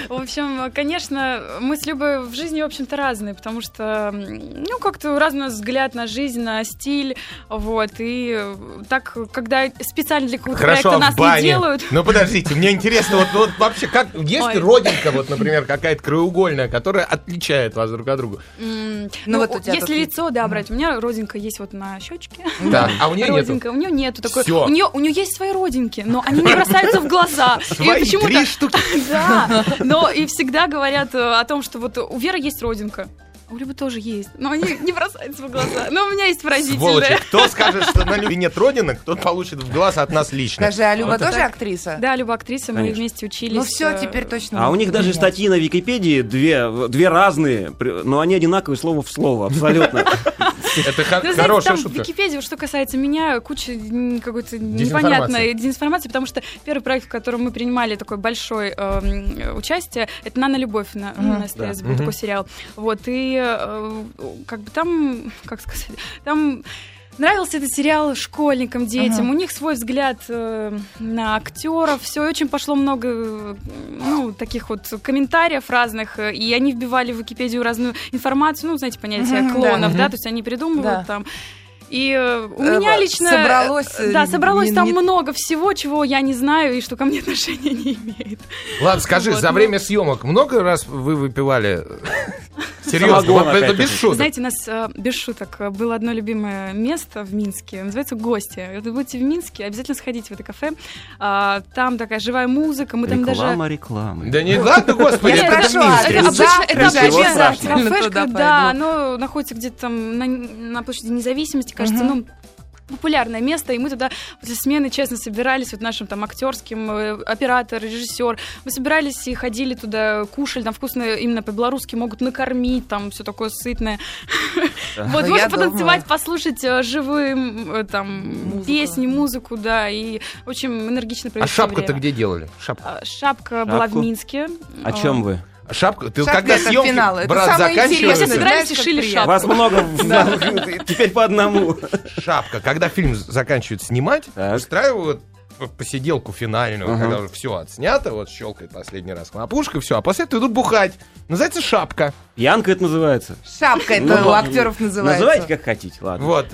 [SPEAKER 6] В общем, конечно, мы с Любой в жизни, в общем-то, разные, потому что, м, ну, как-то разный у нас взгляд на жизнь, на стиль, вот, и э, так, когда специально для какого-то
[SPEAKER 4] Хорошо,
[SPEAKER 6] проекта
[SPEAKER 4] а
[SPEAKER 6] нас
[SPEAKER 4] в бане.
[SPEAKER 6] не делают,
[SPEAKER 4] Ну подождите, мне интересно, вот, вот вообще, как есть
[SPEAKER 6] Ой.
[SPEAKER 4] родинка, вот, например, какая-то краеугольная, которая отличает вас друг от друга.
[SPEAKER 6] м,
[SPEAKER 5] Ну,
[SPEAKER 6] ну,
[SPEAKER 5] вот у тебя
[SPEAKER 6] если
[SPEAKER 5] тут-
[SPEAKER 6] лицо, да, брать, у меня родинка есть вот на щечке,
[SPEAKER 4] Да. А у нее нету.
[SPEAKER 6] родинка, у нее нету такой,
[SPEAKER 4] Всё.
[SPEAKER 6] у нее, у нее есть свои родинки, но они не бросаются в глаза, и
[SPEAKER 4] Свои
[SPEAKER 6] почему-то,
[SPEAKER 4] три штуки.
[SPEAKER 6] да, но и всегда говорят э, о том, что вот у Веры есть родинка. а У Любы тоже есть, но они не бросаются в глаза. Но у меня есть
[SPEAKER 4] Сволочи,
[SPEAKER 6] выразительная.
[SPEAKER 4] кто скажет, что на Любе нет родинок, тот получит в глаз от нас лично.
[SPEAKER 5] Скажи, а Люба
[SPEAKER 6] Вот
[SPEAKER 5] тоже
[SPEAKER 6] так.
[SPEAKER 5] актриса?
[SPEAKER 6] Да, Люба актриса, мы
[SPEAKER 3] Конечно.
[SPEAKER 6] вместе учились.
[SPEAKER 5] Ну все,
[SPEAKER 6] э,
[SPEAKER 5] теперь точно.
[SPEAKER 3] А у них даже
[SPEAKER 5] менять.
[SPEAKER 3] статьи на Википедии две, две разные, при- но они одинаковые слово в слово, абсолютно.
[SPEAKER 4] Это хо-
[SPEAKER 6] Ну, знаете,
[SPEAKER 4] хорошая
[SPEAKER 6] там в
[SPEAKER 4] шутка.
[SPEAKER 6] Википедии, что касается меня, куча м, какой-то
[SPEAKER 4] Дезинформации.
[SPEAKER 6] непонятной дезинформации, потому что первый проект, в котором мы принимали такое большое эм, участие, это «Нана Любовь» на, ну, на СТС
[SPEAKER 4] Да.
[SPEAKER 6] был
[SPEAKER 4] Мгм.
[SPEAKER 6] такой сериал. Вот, и э, как бы там, как сказать, там... Нравился этот сериал школьникам, детям. У них свой взгляд э, на актеров. Все, очень пошло много э, ну, таких вот комментариев разных. э, И они вбивали в Википедию разную информацию. Ну, знаете, понятие
[SPEAKER 5] Мгм, да.
[SPEAKER 6] клонов, да, то есть они придумывают
[SPEAKER 5] Да.
[SPEAKER 6] там. И э, у
[SPEAKER 5] Э,
[SPEAKER 6] меня лично...
[SPEAKER 5] собралось, э,
[SPEAKER 6] Да, собралось
[SPEAKER 5] не-
[SPEAKER 6] там
[SPEAKER 5] не-
[SPEAKER 6] много всего, чего я не знаю и что ко мне отношения не имеет.
[SPEAKER 4] Ладно, скажи,
[SPEAKER 6] Вот,
[SPEAKER 4] за
[SPEAKER 6] ну.
[SPEAKER 4] время съемок много раз вы выпивали? Серьезно,
[SPEAKER 3] Самогон
[SPEAKER 4] вот это
[SPEAKER 3] опять
[SPEAKER 4] без
[SPEAKER 3] же.
[SPEAKER 4] шуток.
[SPEAKER 6] Знаете, у нас, э, без шуток, э, было одно любимое место в Минске, называется «Гости». Если вы будете в Минске, обязательно сходите в это кафе. А, Там такая живая музыка, мы там даже...
[SPEAKER 3] Реклама рекламы.
[SPEAKER 4] Да не ладно, господи,
[SPEAKER 6] Я
[SPEAKER 4] это
[SPEAKER 6] прошу,
[SPEAKER 4] Минск.
[SPEAKER 5] а
[SPEAKER 6] Это обычно-
[SPEAKER 5] Завтра
[SPEAKER 6] это
[SPEAKER 3] же
[SPEAKER 6] обычно
[SPEAKER 3] обязательно
[SPEAKER 6] кафешка,
[SPEAKER 5] туда
[SPEAKER 6] да,
[SPEAKER 5] пойду.
[SPEAKER 6] оно находится где-то там на, на площади независимости, кажется,
[SPEAKER 5] Мгм.
[SPEAKER 6] ну популярное место, и мы туда после смены, честно, собирались вот нашим там актерским, э, оператор, режиссер, мы собирались и ходили туда, кушали, там вкусно именно по-белорусски могут накормить, там все такое сытное. Вот,
[SPEAKER 5] Ну,
[SPEAKER 6] можно
[SPEAKER 5] я думаю.
[SPEAKER 6] потанцевать, послушать э, живые м, э, там
[SPEAKER 5] Музыку.
[SPEAKER 6] песни, музыку, да, и очень энергично
[SPEAKER 4] А
[SPEAKER 6] провести
[SPEAKER 4] шапку-то
[SPEAKER 6] время.
[SPEAKER 4] где делали? Шапку.
[SPEAKER 6] А, Шапка была в
[SPEAKER 3] Шапку?
[SPEAKER 6] Минске.
[SPEAKER 3] О
[SPEAKER 6] А,
[SPEAKER 3] чем вы?
[SPEAKER 4] А Шапку? Ты
[SPEAKER 5] Шапка
[SPEAKER 4] когда
[SPEAKER 5] это
[SPEAKER 4] съемки,
[SPEAKER 5] финал, это
[SPEAKER 4] брат,
[SPEAKER 5] самое
[SPEAKER 4] заканчивается?
[SPEAKER 5] интересное.
[SPEAKER 6] Мы собирались и
[SPEAKER 5] Знаешь, как
[SPEAKER 6] шили
[SPEAKER 5] приятно.
[SPEAKER 6] шапку.
[SPEAKER 3] Вас много, в- теперь по одному.
[SPEAKER 4] Шапка. Когда фильм заканчивают снимать,
[SPEAKER 3] Так.
[SPEAKER 4] устраивают п- посиделку финальную,
[SPEAKER 3] Ага.
[SPEAKER 4] когда уже все отснято, вот щелкает последний раз хлопушка, все, а после этого идут бухать. Называется шапка.
[SPEAKER 3] Пьянка это называется.
[SPEAKER 5] Шапка это
[SPEAKER 3] Ну,
[SPEAKER 5] у актеров называется.
[SPEAKER 3] Называйте как хотите, ладно.
[SPEAKER 4] Вот.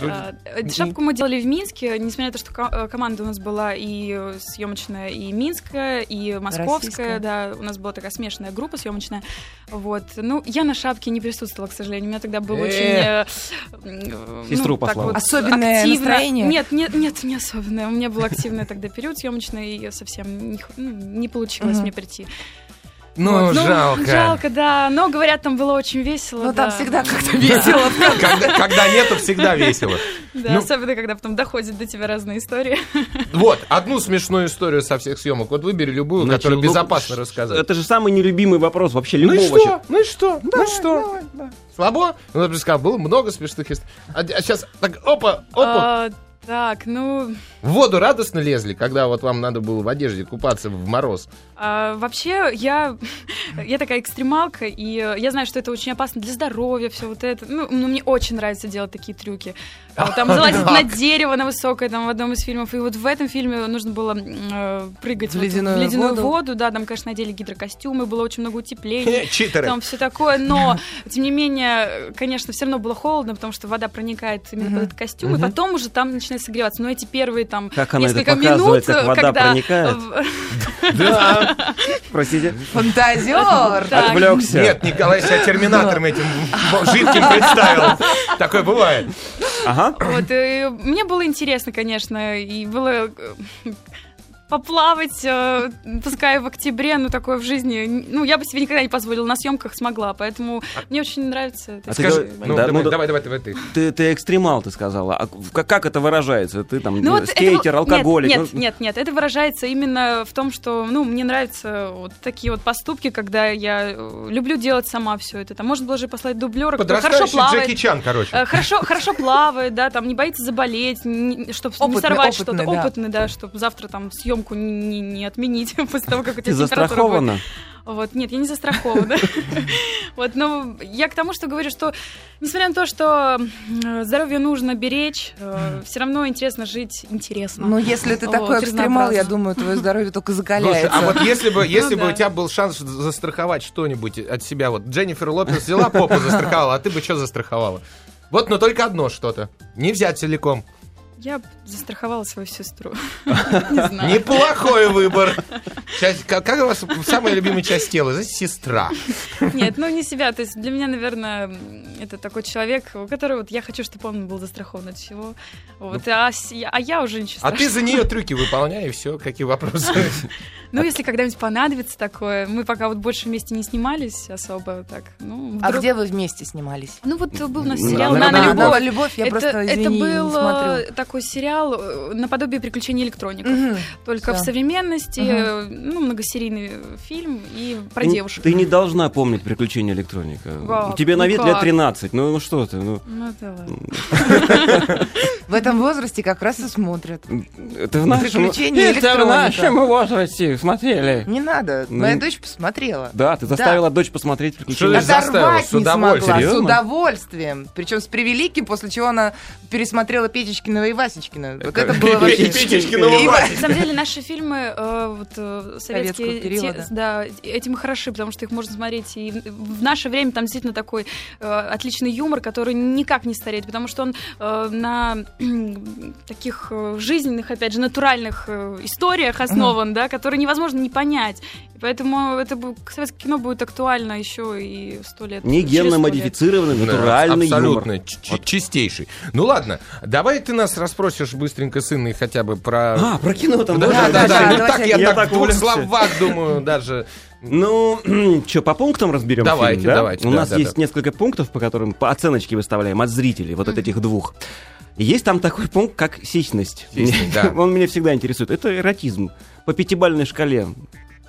[SPEAKER 6] А, э, Шапку мы делали в Минске, несмотря на то, что ко- э, команда у нас была и э, съемочная, и минская, и московская,
[SPEAKER 5] Российская.
[SPEAKER 6] да, у нас была такая смешанная группа съемочная, вот. Ну, я на шапке не присутствовала, к сожалению, у меня тогда был
[SPEAKER 4] Э.
[SPEAKER 6] очень... э, м, э,
[SPEAKER 3] Сестру
[SPEAKER 6] ну, так
[SPEAKER 3] послала.
[SPEAKER 6] вот
[SPEAKER 5] Особенное
[SPEAKER 6] активно.
[SPEAKER 5] настроение?
[SPEAKER 6] Нет, нет, нет, не особенное, у меня был активный тогда период съемочный, и совсем не х- ну, не получилось
[SPEAKER 5] Мгм.
[SPEAKER 6] мне прийти.
[SPEAKER 4] Ну,
[SPEAKER 6] Вот,
[SPEAKER 4] жалко.
[SPEAKER 6] Жалко, да, но, говорят, там было очень весело.
[SPEAKER 5] Ну там
[SPEAKER 6] да.
[SPEAKER 5] всегда как-то весело.
[SPEAKER 4] Когда, когда нету, всегда весело.
[SPEAKER 6] Да,
[SPEAKER 4] Ну.
[SPEAKER 6] особенно, когда потом доходят до тебя разные истории.
[SPEAKER 4] Вот, одну смешную историю со всех съемок. Вот выбери любую,
[SPEAKER 3] Значит,
[SPEAKER 4] которую
[SPEAKER 3] ну,
[SPEAKER 4] безопасно
[SPEAKER 3] ш-
[SPEAKER 4] рассказать.
[SPEAKER 3] Это же самый нелюбимый вопрос вообще
[SPEAKER 4] Ну и
[SPEAKER 3] любого.
[SPEAKER 4] что?
[SPEAKER 3] человека.
[SPEAKER 4] Ну и что? ну и что? Слабо? Ну, я бы сказал, было много смешных историй. А, сейчас так, опа, опа.
[SPEAKER 6] А, Так, ну,
[SPEAKER 4] В воду радостно лезли, когда вот вам надо было в одежде купаться в мороз.
[SPEAKER 6] а, вообще я, я такая экстремалка, и э, я знаю, что это очень опасно для здоровья, все вот это. Ну, ну, мне очень нравится делать такие трюки. А, Там залазить на дерево, на высокое, там в одном из фильмов. И вот в этом фильме нужно было м, э, прыгать
[SPEAKER 5] В
[SPEAKER 6] вот
[SPEAKER 5] ледяную воду.
[SPEAKER 6] да, там, конечно, надели гидрокостюмы, было очень много утепления.
[SPEAKER 4] Читеры.
[SPEAKER 6] Там все такое, но, тем не менее, конечно, все равно было холодно, потому что вода проникает именно под этот костюм, и потом уже там начинает согреваться. Но эти первые там
[SPEAKER 3] Как она это
[SPEAKER 6] несколько
[SPEAKER 3] показывает,
[SPEAKER 6] минут,
[SPEAKER 3] как вода
[SPEAKER 6] когда
[SPEAKER 3] проникает?
[SPEAKER 6] в-
[SPEAKER 4] Да.
[SPEAKER 3] Простите,
[SPEAKER 5] Фантазер.
[SPEAKER 6] Так.
[SPEAKER 3] отвлекся.
[SPEAKER 4] Нет, Николай себя терминатором этим жидким представил. Такое бывает.
[SPEAKER 3] Ага.
[SPEAKER 6] Вот, и мне было интересно, конечно, и было э, поплавать, э, пускай в октябре, но такое в жизни, ну, я бы себе никогда не позволила, на съемках смогла, поэтому мне очень нравится. это.
[SPEAKER 3] А ты
[SPEAKER 4] Скажи,
[SPEAKER 3] говор-
[SPEAKER 4] ну,
[SPEAKER 3] да,
[SPEAKER 4] давай,
[SPEAKER 3] ну,
[SPEAKER 4] давай, давай, давай ты.
[SPEAKER 3] Ты, ты экстремал, ты сказала. А в- как, как это выражается? Ты там
[SPEAKER 6] Ну,
[SPEAKER 3] э,
[SPEAKER 6] вот это
[SPEAKER 3] скейтер,
[SPEAKER 6] вот- нет,
[SPEAKER 3] алкоголик.
[SPEAKER 6] Нет,
[SPEAKER 3] ну,
[SPEAKER 6] нет, нет, это выражается именно в том, что, ну, мне нравятся вот такие вот поступки, когда я э, люблю делать сама все это. Там можно было же послать дублера, кто
[SPEAKER 4] Подрастающий
[SPEAKER 6] хорошо
[SPEAKER 4] Джеки
[SPEAKER 6] плавает.
[SPEAKER 4] Чан, короче.
[SPEAKER 6] э, Хорошо, хорошо плавает, да, там не боится заболеть, чтобы не
[SPEAKER 5] Опытный,
[SPEAKER 6] сорвать
[SPEAKER 5] опытный,
[SPEAKER 6] что-то.
[SPEAKER 5] да.
[SPEAKER 6] Опытный, да, чтобы завтра там съемку не, не отменить после того, как у
[SPEAKER 3] Ты
[SPEAKER 6] тебя температура будет.
[SPEAKER 3] застрахована?
[SPEAKER 6] Вот, нет, я не застрахована. Вот, но я к тому, что говорю, что несмотря на то, что э, здоровье нужно беречь, все равно интересно жить интересно.
[SPEAKER 5] Ну, если ты
[SPEAKER 6] Вот,
[SPEAKER 5] такой экстремал, я
[SPEAKER 6] разнообразно.
[SPEAKER 5] думаю, твое здоровье только
[SPEAKER 4] Слушай, а вот
[SPEAKER 5] закаляется.
[SPEAKER 4] если бы, если бы
[SPEAKER 6] Э, Ну да.
[SPEAKER 4] у тебя был шанс застраховать что-нибудь от себя, вот Дженнифер Лопес взяла попу, застраховала, а ты бы что застраховала? Вот, но только одно что-то. Не взять целиком.
[SPEAKER 6] Я б застраховала свою сестру. Не знаю.
[SPEAKER 4] Неплохой выбор. Часть- как, как у вас самая любимая часть тела? Знаете, сестра.
[SPEAKER 6] Нет, ну не себя. То есть для меня, наверное, это такой человек, у которого вот я хочу, чтобы он был застрахован от всего. Вот, а, с- я- а я уже ничего
[SPEAKER 4] Ну. А ты
[SPEAKER 6] страшного.
[SPEAKER 4] за нее трюки выполняй, и все, какие вопросы.
[SPEAKER 6] Ну, если когда-нибудь понадобится такое, мы пока вот больше вместе не снимались особо так. Ну,
[SPEAKER 5] А
[SPEAKER 6] вдруг-
[SPEAKER 5] где вы вместе снимались?
[SPEAKER 6] Ну вот был у нас
[SPEAKER 3] На-
[SPEAKER 6] сериал
[SPEAKER 3] на-
[SPEAKER 6] «На,
[SPEAKER 3] на-
[SPEAKER 6] на любовь».
[SPEAKER 5] любовь, я
[SPEAKER 6] это,
[SPEAKER 5] просто,
[SPEAKER 6] это
[SPEAKER 5] извини,
[SPEAKER 6] был
[SPEAKER 5] не
[SPEAKER 6] э,
[SPEAKER 5] смотрю.
[SPEAKER 6] такой сериал э, наподобие приключений электроников.
[SPEAKER 5] Мгм.
[SPEAKER 6] Только в
[SPEAKER 5] всё.
[SPEAKER 6] современности,
[SPEAKER 5] Мгм.
[SPEAKER 6] э, ну, многосерийный э, фильм и про
[SPEAKER 3] Ты-
[SPEAKER 6] девушек.
[SPEAKER 3] Ты не должна помнить приключения электроника.
[SPEAKER 6] Как?
[SPEAKER 3] Тебе на
[SPEAKER 6] Ну
[SPEAKER 3] вид лет
[SPEAKER 6] как?
[SPEAKER 3] 13. Ну, ну что ты? Ну,
[SPEAKER 6] Ну, да ладно.
[SPEAKER 5] В этом возрасте как раз и смотрят.
[SPEAKER 3] это в нашем...
[SPEAKER 5] Приключения
[SPEAKER 3] Это в
[SPEAKER 5] электроника.
[SPEAKER 3] нашем возрасте. Смотрели.
[SPEAKER 5] Не надо,
[SPEAKER 3] Ну,
[SPEAKER 5] моя
[SPEAKER 3] не-
[SPEAKER 5] дочь посмотрела.
[SPEAKER 3] Да, ты заставила дочь посмотреть приключения.
[SPEAKER 4] Ты же заставила,
[SPEAKER 5] Оторвать
[SPEAKER 4] с
[SPEAKER 5] не
[SPEAKER 4] удовольствием.
[SPEAKER 5] смогла, с
[SPEAKER 3] Серьезно?
[SPEAKER 5] удовольствием. Причем с превеликим, после чего она пересмотрела Петечкина и Васечкина. Вот это было вообще...
[SPEAKER 4] Петечкиного
[SPEAKER 5] И-
[SPEAKER 4] Вася.
[SPEAKER 6] На самом деле наши фильмы э, вот, э, э,
[SPEAKER 5] Советского
[SPEAKER 6] советские...
[SPEAKER 5] периода.
[SPEAKER 6] те- да, этим хороши, потому что их можно смотреть. И в наше время там действительно такой э, отличный юмор, который никак не стареет, потому что он э, на кхм, таких э, жизненных, опять же, натуральных э, историях основан, да, которые невозможно не понять. И поэтому это бу- советское кино будет актуально еще и сто лет.
[SPEAKER 3] Не
[SPEAKER 6] через 100 лет.
[SPEAKER 3] генно модифицированный,
[SPEAKER 4] Да,
[SPEAKER 3] натуральный
[SPEAKER 4] Абсолютно,
[SPEAKER 3] юмор.
[SPEAKER 4] ч- ч- чистейший. Ну ладно, давай ты нас расспросишь быстренько, сына, и хотя бы про...
[SPEAKER 3] А, про кино там.
[SPEAKER 4] Да,
[SPEAKER 3] можно
[SPEAKER 4] да, да,
[SPEAKER 3] дальше?
[SPEAKER 5] да,
[SPEAKER 4] ну
[SPEAKER 5] давайте
[SPEAKER 4] так я,
[SPEAKER 3] я
[SPEAKER 4] так
[SPEAKER 3] так
[SPEAKER 4] в двух
[SPEAKER 3] увлекся.
[SPEAKER 4] словах думаю даже.
[SPEAKER 3] Ну, что, по пунктам разберем
[SPEAKER 4] Давайте,
[SPEAKER 3] фильм, да?
[SPEAKER 4] давайте,
[SPEAKER 3] У
[SPEAKER 4] да,
[SPEAKER 3] нас
[SPEAKER 4] да,
[SPEAKER 3] есть
[SPEAKER 4] да.
[SPEAKER 3] несколько пунктов, по которым по оценочке выставляем от зрителей, вот от этих двух. Есть там такой пункт, как сисьность.
[SPEAKER 4] Сисьность, да.
[SPEAKER 3] Он меня всегда интересует. Это эротизм. По пятибалльной шкале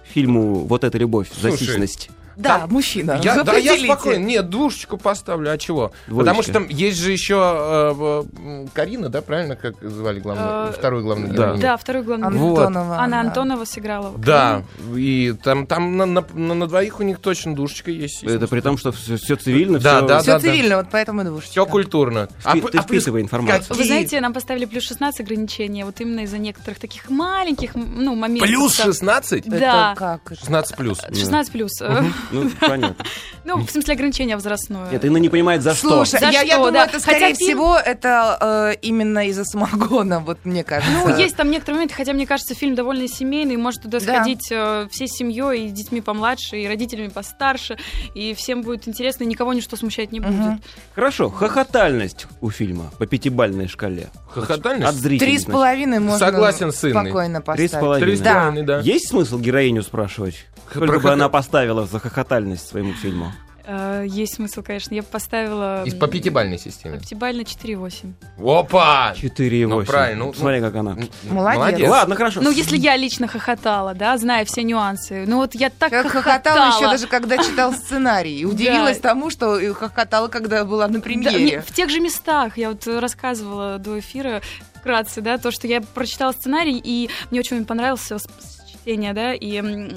[SPEAKER 3] фильму «Вот эта любовь» за
[SPEAKER 4] Слушай,
[SPEAKER 3] сисьность.
[SPEAKER 5] Да, мужчина.
[SPEAKER 4] Я, да, я
[SPEAKER 5] определите.
[SPEAKER 4] спокойно. Нет, двушечку поставлю. А чего? Потому что там есть же еще э, э, Карина, да, правильно, как звали главную,
[SPEAKER 6] Э,
[SPEAKER 4] вторую главную
[SPEAKER 3] да.
[SPEAKER 4] героиню?
[SPEAKER 6] Да, второй главный. герой.
[SPEAKER 5] Антонова.
[SPEAKER 6] Анна
[SPEAKER 5] да.
[SPEAKER 6] Антонова сыграла. в
[SPEAKER 4] Да, и там, там на, на- на- на двоих у них точно душечка есть.
[SPEAKER 3] Это при том, что все, цивильно,
[SPEAKER 4] Да,
[SPEAKER 3] всё-
[SPEAKER 4] да,
[SPEAKER 5] Все
[SPEAKER 4] да.
[SPEAKER 5] цивильно, вот поэтому двушечка.
[SPEAKER 4] Все культурно. А
[SPEAKER 3] Ты-
[SPEAKER 4] п-
[SPEAKER 3] ты
[SPEAKER 4] плюс
[SPEAKER 3] впитывай информацию.
[SPEAKER 4] какие-
[SPEAKER 6] Вы знаете, нам поставили плюс 16 ограничения, вот именно из-за некоторых таких маленьких м, ну, моментов.
[SPEAKER 2] Плюс
[SPEAKER 6] Там
[SPEAKER 4] 16?
[SPEAKER 5] Это
[SPEAKER 6] Да.
[SPEAKER 5] как?
[SPEAKER 4] 16 плюс.
[SPEAKER 6] 16 плюс. э,
[SPEAKER 3] Ну, понятно.
[SPEAKER 6] Ну, в смысле ограничения возрастное.
[SPEAKER 3] Нет, Инна не понимает, за что.
[SPEAKER 5] Слушай,
[SPEAKER 6] За
[SPEAKER 5] я, я
[SPEAKER 6] что,
[SPEAKER 5] думаю,
[SPEAKER 6] да.
[SPEAKER 5] это,
[SPEAKER 6] Хотя
[SPEAKER 5] скорее
[SPEAKER 6] фильм-
[SPEAKER 5] всего, это э, именно из-за самогона, вот мне кажется.
[SPEAKER 6] Ну, есть там некоторые моменты, хотя, мне кажется, фильм довольно семейный, может туда
[SPEAKER 5] Да.
[SPEAKER 6] сходить э, всей семьей, и детьми помладше, и родителями постарше, и всем будет интересно, и никого ничто смущать не будет.
[SPEAKER 5] Мгм.
[SPEAKER 3] Хорошо, хохотальность у фильма по пятибалльной шкале. От
[SPEAKER 4] Хохотальность?
[SPEAKER 3] зрителей.
[SPEAKER 5] Три с
[SPEAKER 3] значит.
[SPEAKER 5] половиной можно
[SPEAKER 4] Согласен с Инной.
[SPEAKER 5] спокойно
[SPEAKER 3] Три
[SPEAKER 5] поставить.
[SPEAKER 3] с половиной.
[SPEAKER 4] Три с половиной, да.
[SPEAKER 3] Есть смысл героиню спрашивать?
[SPEAKER 4] Про
[SPEAKER 3] Сколько бы
[SPEAKER 4] хохо-
[SPEAKER 3] она поставила за хохотальность своему фильму?
[SPEAKER 6] Э, есть смысл, конечно. Я бы поставила...
[SPEAKER 4] Из по пятибалльной
[SPEAKER 6] м,
[SPEAKER 4] системе.
[SPEAKER 6] по пятибалльной 4,8.
[SPEAKER 4] Опа!
[SPEAKER 3] 4,8.
[SPEAKER 4] Ну, правильно, ну,
[SPEAKER 3] Смотри, как она.
[SPEAKER 5] Молодец.
[SPEAKER 3] Ладно, хорошо.
[SPEAKER 6] Ну, если я лично хохотала, да, зная все нюансы. Ну, вот я так
[SPEAKER 5] Я хохотала еще даже, когда читал сценарий. И удивилась тому, что э, хохотала, когда была на
[SPEAKER 6] Да, не-
[SPEAKER 5] премьере.
[SPEAKER 6] в тех же местах. Я вот э, рассказывала до эфира вкратце, да, то, что я прочитала сценарий, и мне очень понравился с- с чтения, да, и м,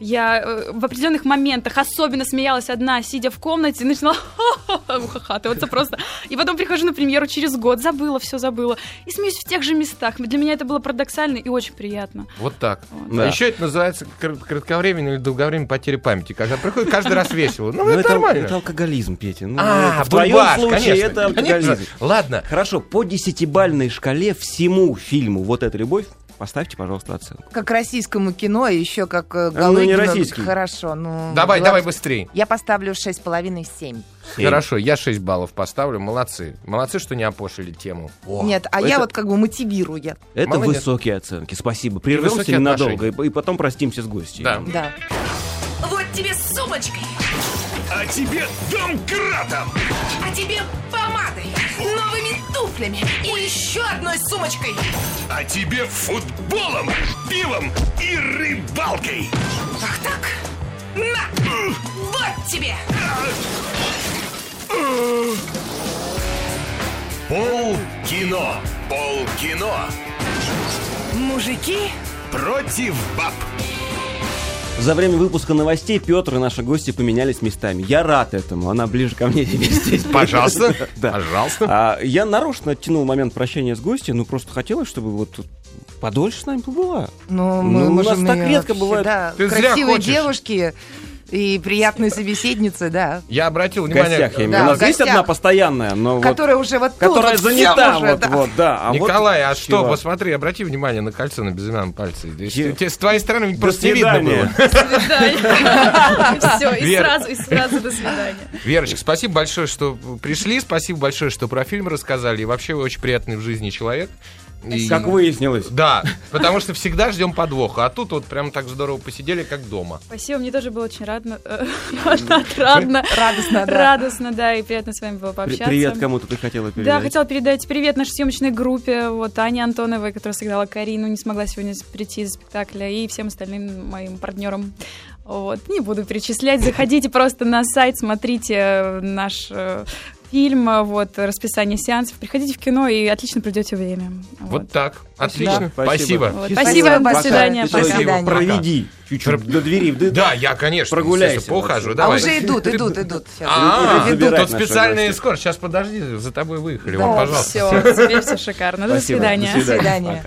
[SPEAKER 6] я э, в определенных моментах особенно смеялась одна, сидя в комнате, начинала ухахатываться просто. И потом прихожу на премьеру через год, забыла, все забыла. И смеюсь в тех же местах. Для меня это было парадоксально и очень приятно.
[SPEAKER 4] Вот так.
[SPEAKER 6] Вот.
[SPEAKER 3] Да.
[SPEAKER 4] Еще это называется кр- кратковременная или долговременная потеря памяти. Когда приходит каждый раз весело. Ну,
[SPEAKER 3] Ну,
[SPEAKER 4] это
[SPEAKER 3] это,
[SPEAKER 4] нормально.
[SPEAKER 3] это алкоголизм, Петя. Ну,
[SPEAKER 4] А,
[SPEAKER 3] в твоем
[SPEAKER 4] бульвар,
[SPEAKER 3] случае
[SPEAKER 4] конечно.
[SPEAKER 3] это алкоголизм.
[SPEAKER 4] Конечно. Ладно.
[SPEAKER 3] Хорошо, по десятибальной шкале всему фильму «Вот эта любовь» поставьте, пожалуйста, оценку.
[SPEAKER 5] Как российскому кино, и еще как э,
[SPEAKER 3] А, ну, не
[SPEAKER 5] Галыгину.
[SPEAKER 3] российский.
[SPEAKER 5] Хорошо, ну...
[SPEAKER 4] Давай,
[SPEAKER 5] Влад-
[SPEAKER 4] давай быстрее.
[SPEAKER 5] Я поставлю шесть с половиной, семь.
[SPEAKER 4] Хорошо, я 6 баллов поставлю. Молодцы. Молодцы, что не опошили тему. О.
[SPEAKER 5] Нет, а я
[SPEAKER 3] это-
[SPEAKER 5] вот как бы мотивирую. я.
[SPEAKER 3] Это
[SPEAKER 4] Молодец.
[SPEAKER 3] высокие оценки, спасибо. Прервемся
[SPEAKER 4] высокие
[SPEAKER 3] ненадолго и, и потом простимся с гостями.
[SPEAKER 4] Да.
[SPEAKER 5] Да.
[SPEAKER 1] Вот тебе сумкой,
[SPEAKER 2] А тебе домкратом!
[SPEAKER 1] а тебе помадой, новыми туфлями и еще одной сумочкой.
[SPEAKER 2] А тебе футболом, пивом и рыбалкой!
[SPEAKER 1] Ах так? На! Вот тебе!
[SPEAKER 2] Пол кино! Пол кино!
[SPEAKER 1] Мужики,
[SPEAKER 2] Против баб!
[SPEAKER 3] За время выпуска новостей Петр и наши гости поменялись местами. Я рад этому, она ближе ко мне здесь.
[SPEAKER 4] Пожалуйста.
[SPEAKER 3] Да.
[SPEAKER 4] Пожалуйста.
[SPEAKER 3] А, я нарочно оттянул момент прощения с гостем, ну просто хотелось, чтобы вот тут подольше с нами побыла.
[SPEAKER 5] Ну,
[SPEAKER 3] Ну,
[SPEAKER 5] мы
[SPEAKER 3] у
[SPEAKER 5] можем
[SPEAKER 3] нас так
[SPEAKER 5] и
[SPEAKER 3] редко
[SPEAKER 5] вообще,
[SPEAKER 3] бывает.
[SPEAKER 5] да,
[SPEAKER 4] Ты зря
[SPEAKER 5] красивые
[SPEAKER 4] хочешь.
[SPEAKER 5] девушки и приятные собеседницы, да.
[SPEAKER 4] Я обратил
[SPEAKER 3] В
[SPEAKER 4] внимание... э,
[SPEAKER 3] гостях, я имею.
[SPEAKER 5] Да,
[SPEAKER 3] у нас
[SPEAKER 5] в
[SPEAKER 3] есть
[SPEAKER 5] гостях.
[SPEAKER 3] одна постоянная, но вот-
[SPEAKER 5] Которая уже вот тут
[SPEAKER 3] которая
[SPEAKER 5] вот всем
[SPEAKER 3] занята,
[SPEAKER 5] уже,
[SPEAKER 3] вот,
[SPEAKER 5] да.
[SPEAKER 3] вот, да. А вот-
[SPEAKER 4] Николай, а что,
[SPEAKER 3] Чего?
[SPEAKER 4] посмотри, обрати внимание на кольцо на безымянном пальце. Здесь
[SPEAKER 3] Е-
[SPEAKER 4] те- С твоей стороны ведь
[SPEAKER 3] До
[SPEAKER 4] просто не видно
[SPEAKER 3] свидания.
[SPEAKER 4] было.
[SPEAKER 6] Все, и
[SPEAKER 4] Вера.
[SPEAKER 6] сразу, и сразу до свидания.
[SPEAKER 4] Верочка, спасибо большое, что пришли, спасибо большое, что про фильм рассказали. И вообще вы очень приятный в жизни человек. И-
[SPEAKER 3] Как выяснилось.
[SPEAKER 4] Да, потому что всегда ждем подвоха, а тут вот прям так здорово посидели, как дома.
[SPEAKER 6] Спасибо, мне тоже было очень радно, э, радно, радно,
[SPEAKER 5] Радостно, да.
[SPEAKER 6] радостно, да, и приятно с вами было
[SPEAKER 3] При-
[SPEAKER 6] пообщаться.
[SPEAKER 3] Привет кому-то ты хотела передать.
[SPEAKER 6] Да, хотела передать привет нашей съемочной группе, вот Ане Антоновой, которая сыграла Карину, не смогла сегодня с- прийти из спектакля, и всем остальным моим партнерам. Вот, не буду перечислять, заходите просто на сайт, смотрите э, наш э, фильм, э, вот, расписание сеансов, приходите в кино и отлично пройдете время.
[SPEAKER 4] Вот,
[SPEAKER 6] Вот.
[SPEAKER 4] так, отлично, спасибо.
[SPEAKER 6] Вот.
[SPEAKER 3] Счастливо.
[SPEAKER 6] Спасибо,
[SPEAKER 5] Спасибо.
[SPEAKER 6] до свидания.
[SPEAKER 3] Ты
[SPEAKER 5] Спасибо.
[SPEAKER 6] пока.
[SPEAKER 3] его
[SPEAKER 4] Пока.
[SPEAKER 3] проведи чуть-чуть до двери. да-
[SPEAKER 4] Да, я, конечно,
[SPEAKER 3] Прогуляйся,
[SPEAKER 4] естественно, поухажу,
[SPEAKER 3] Максим.
[SPEAKER 5] А
[SPEAKER 4] давай.
[SPEAKER 5] уже идут, идут, идут. Сейчас.
[SPEAKER 4] А,
[SPEAKER 3] Идут
[SPEAKER 4] тут
[SPEAKER 3] забирать наши
[SPEAKER 4] специальная
[SPEAKER 3] гости.
[SPEAKER 4] скорость. Сейчас подожди, за тобой выехали.
[SPEAKER 5] Да.
[SPEAKER 4] Вот, пожалуйста.
[SPEAKER 6] Все, теперь все шикарно. До
[SPEAKER 3] Спасибо.
[SPEAKER 6] свидания.
[SPEAKER 5] До свидания.
[SPEAKER 3] Пока.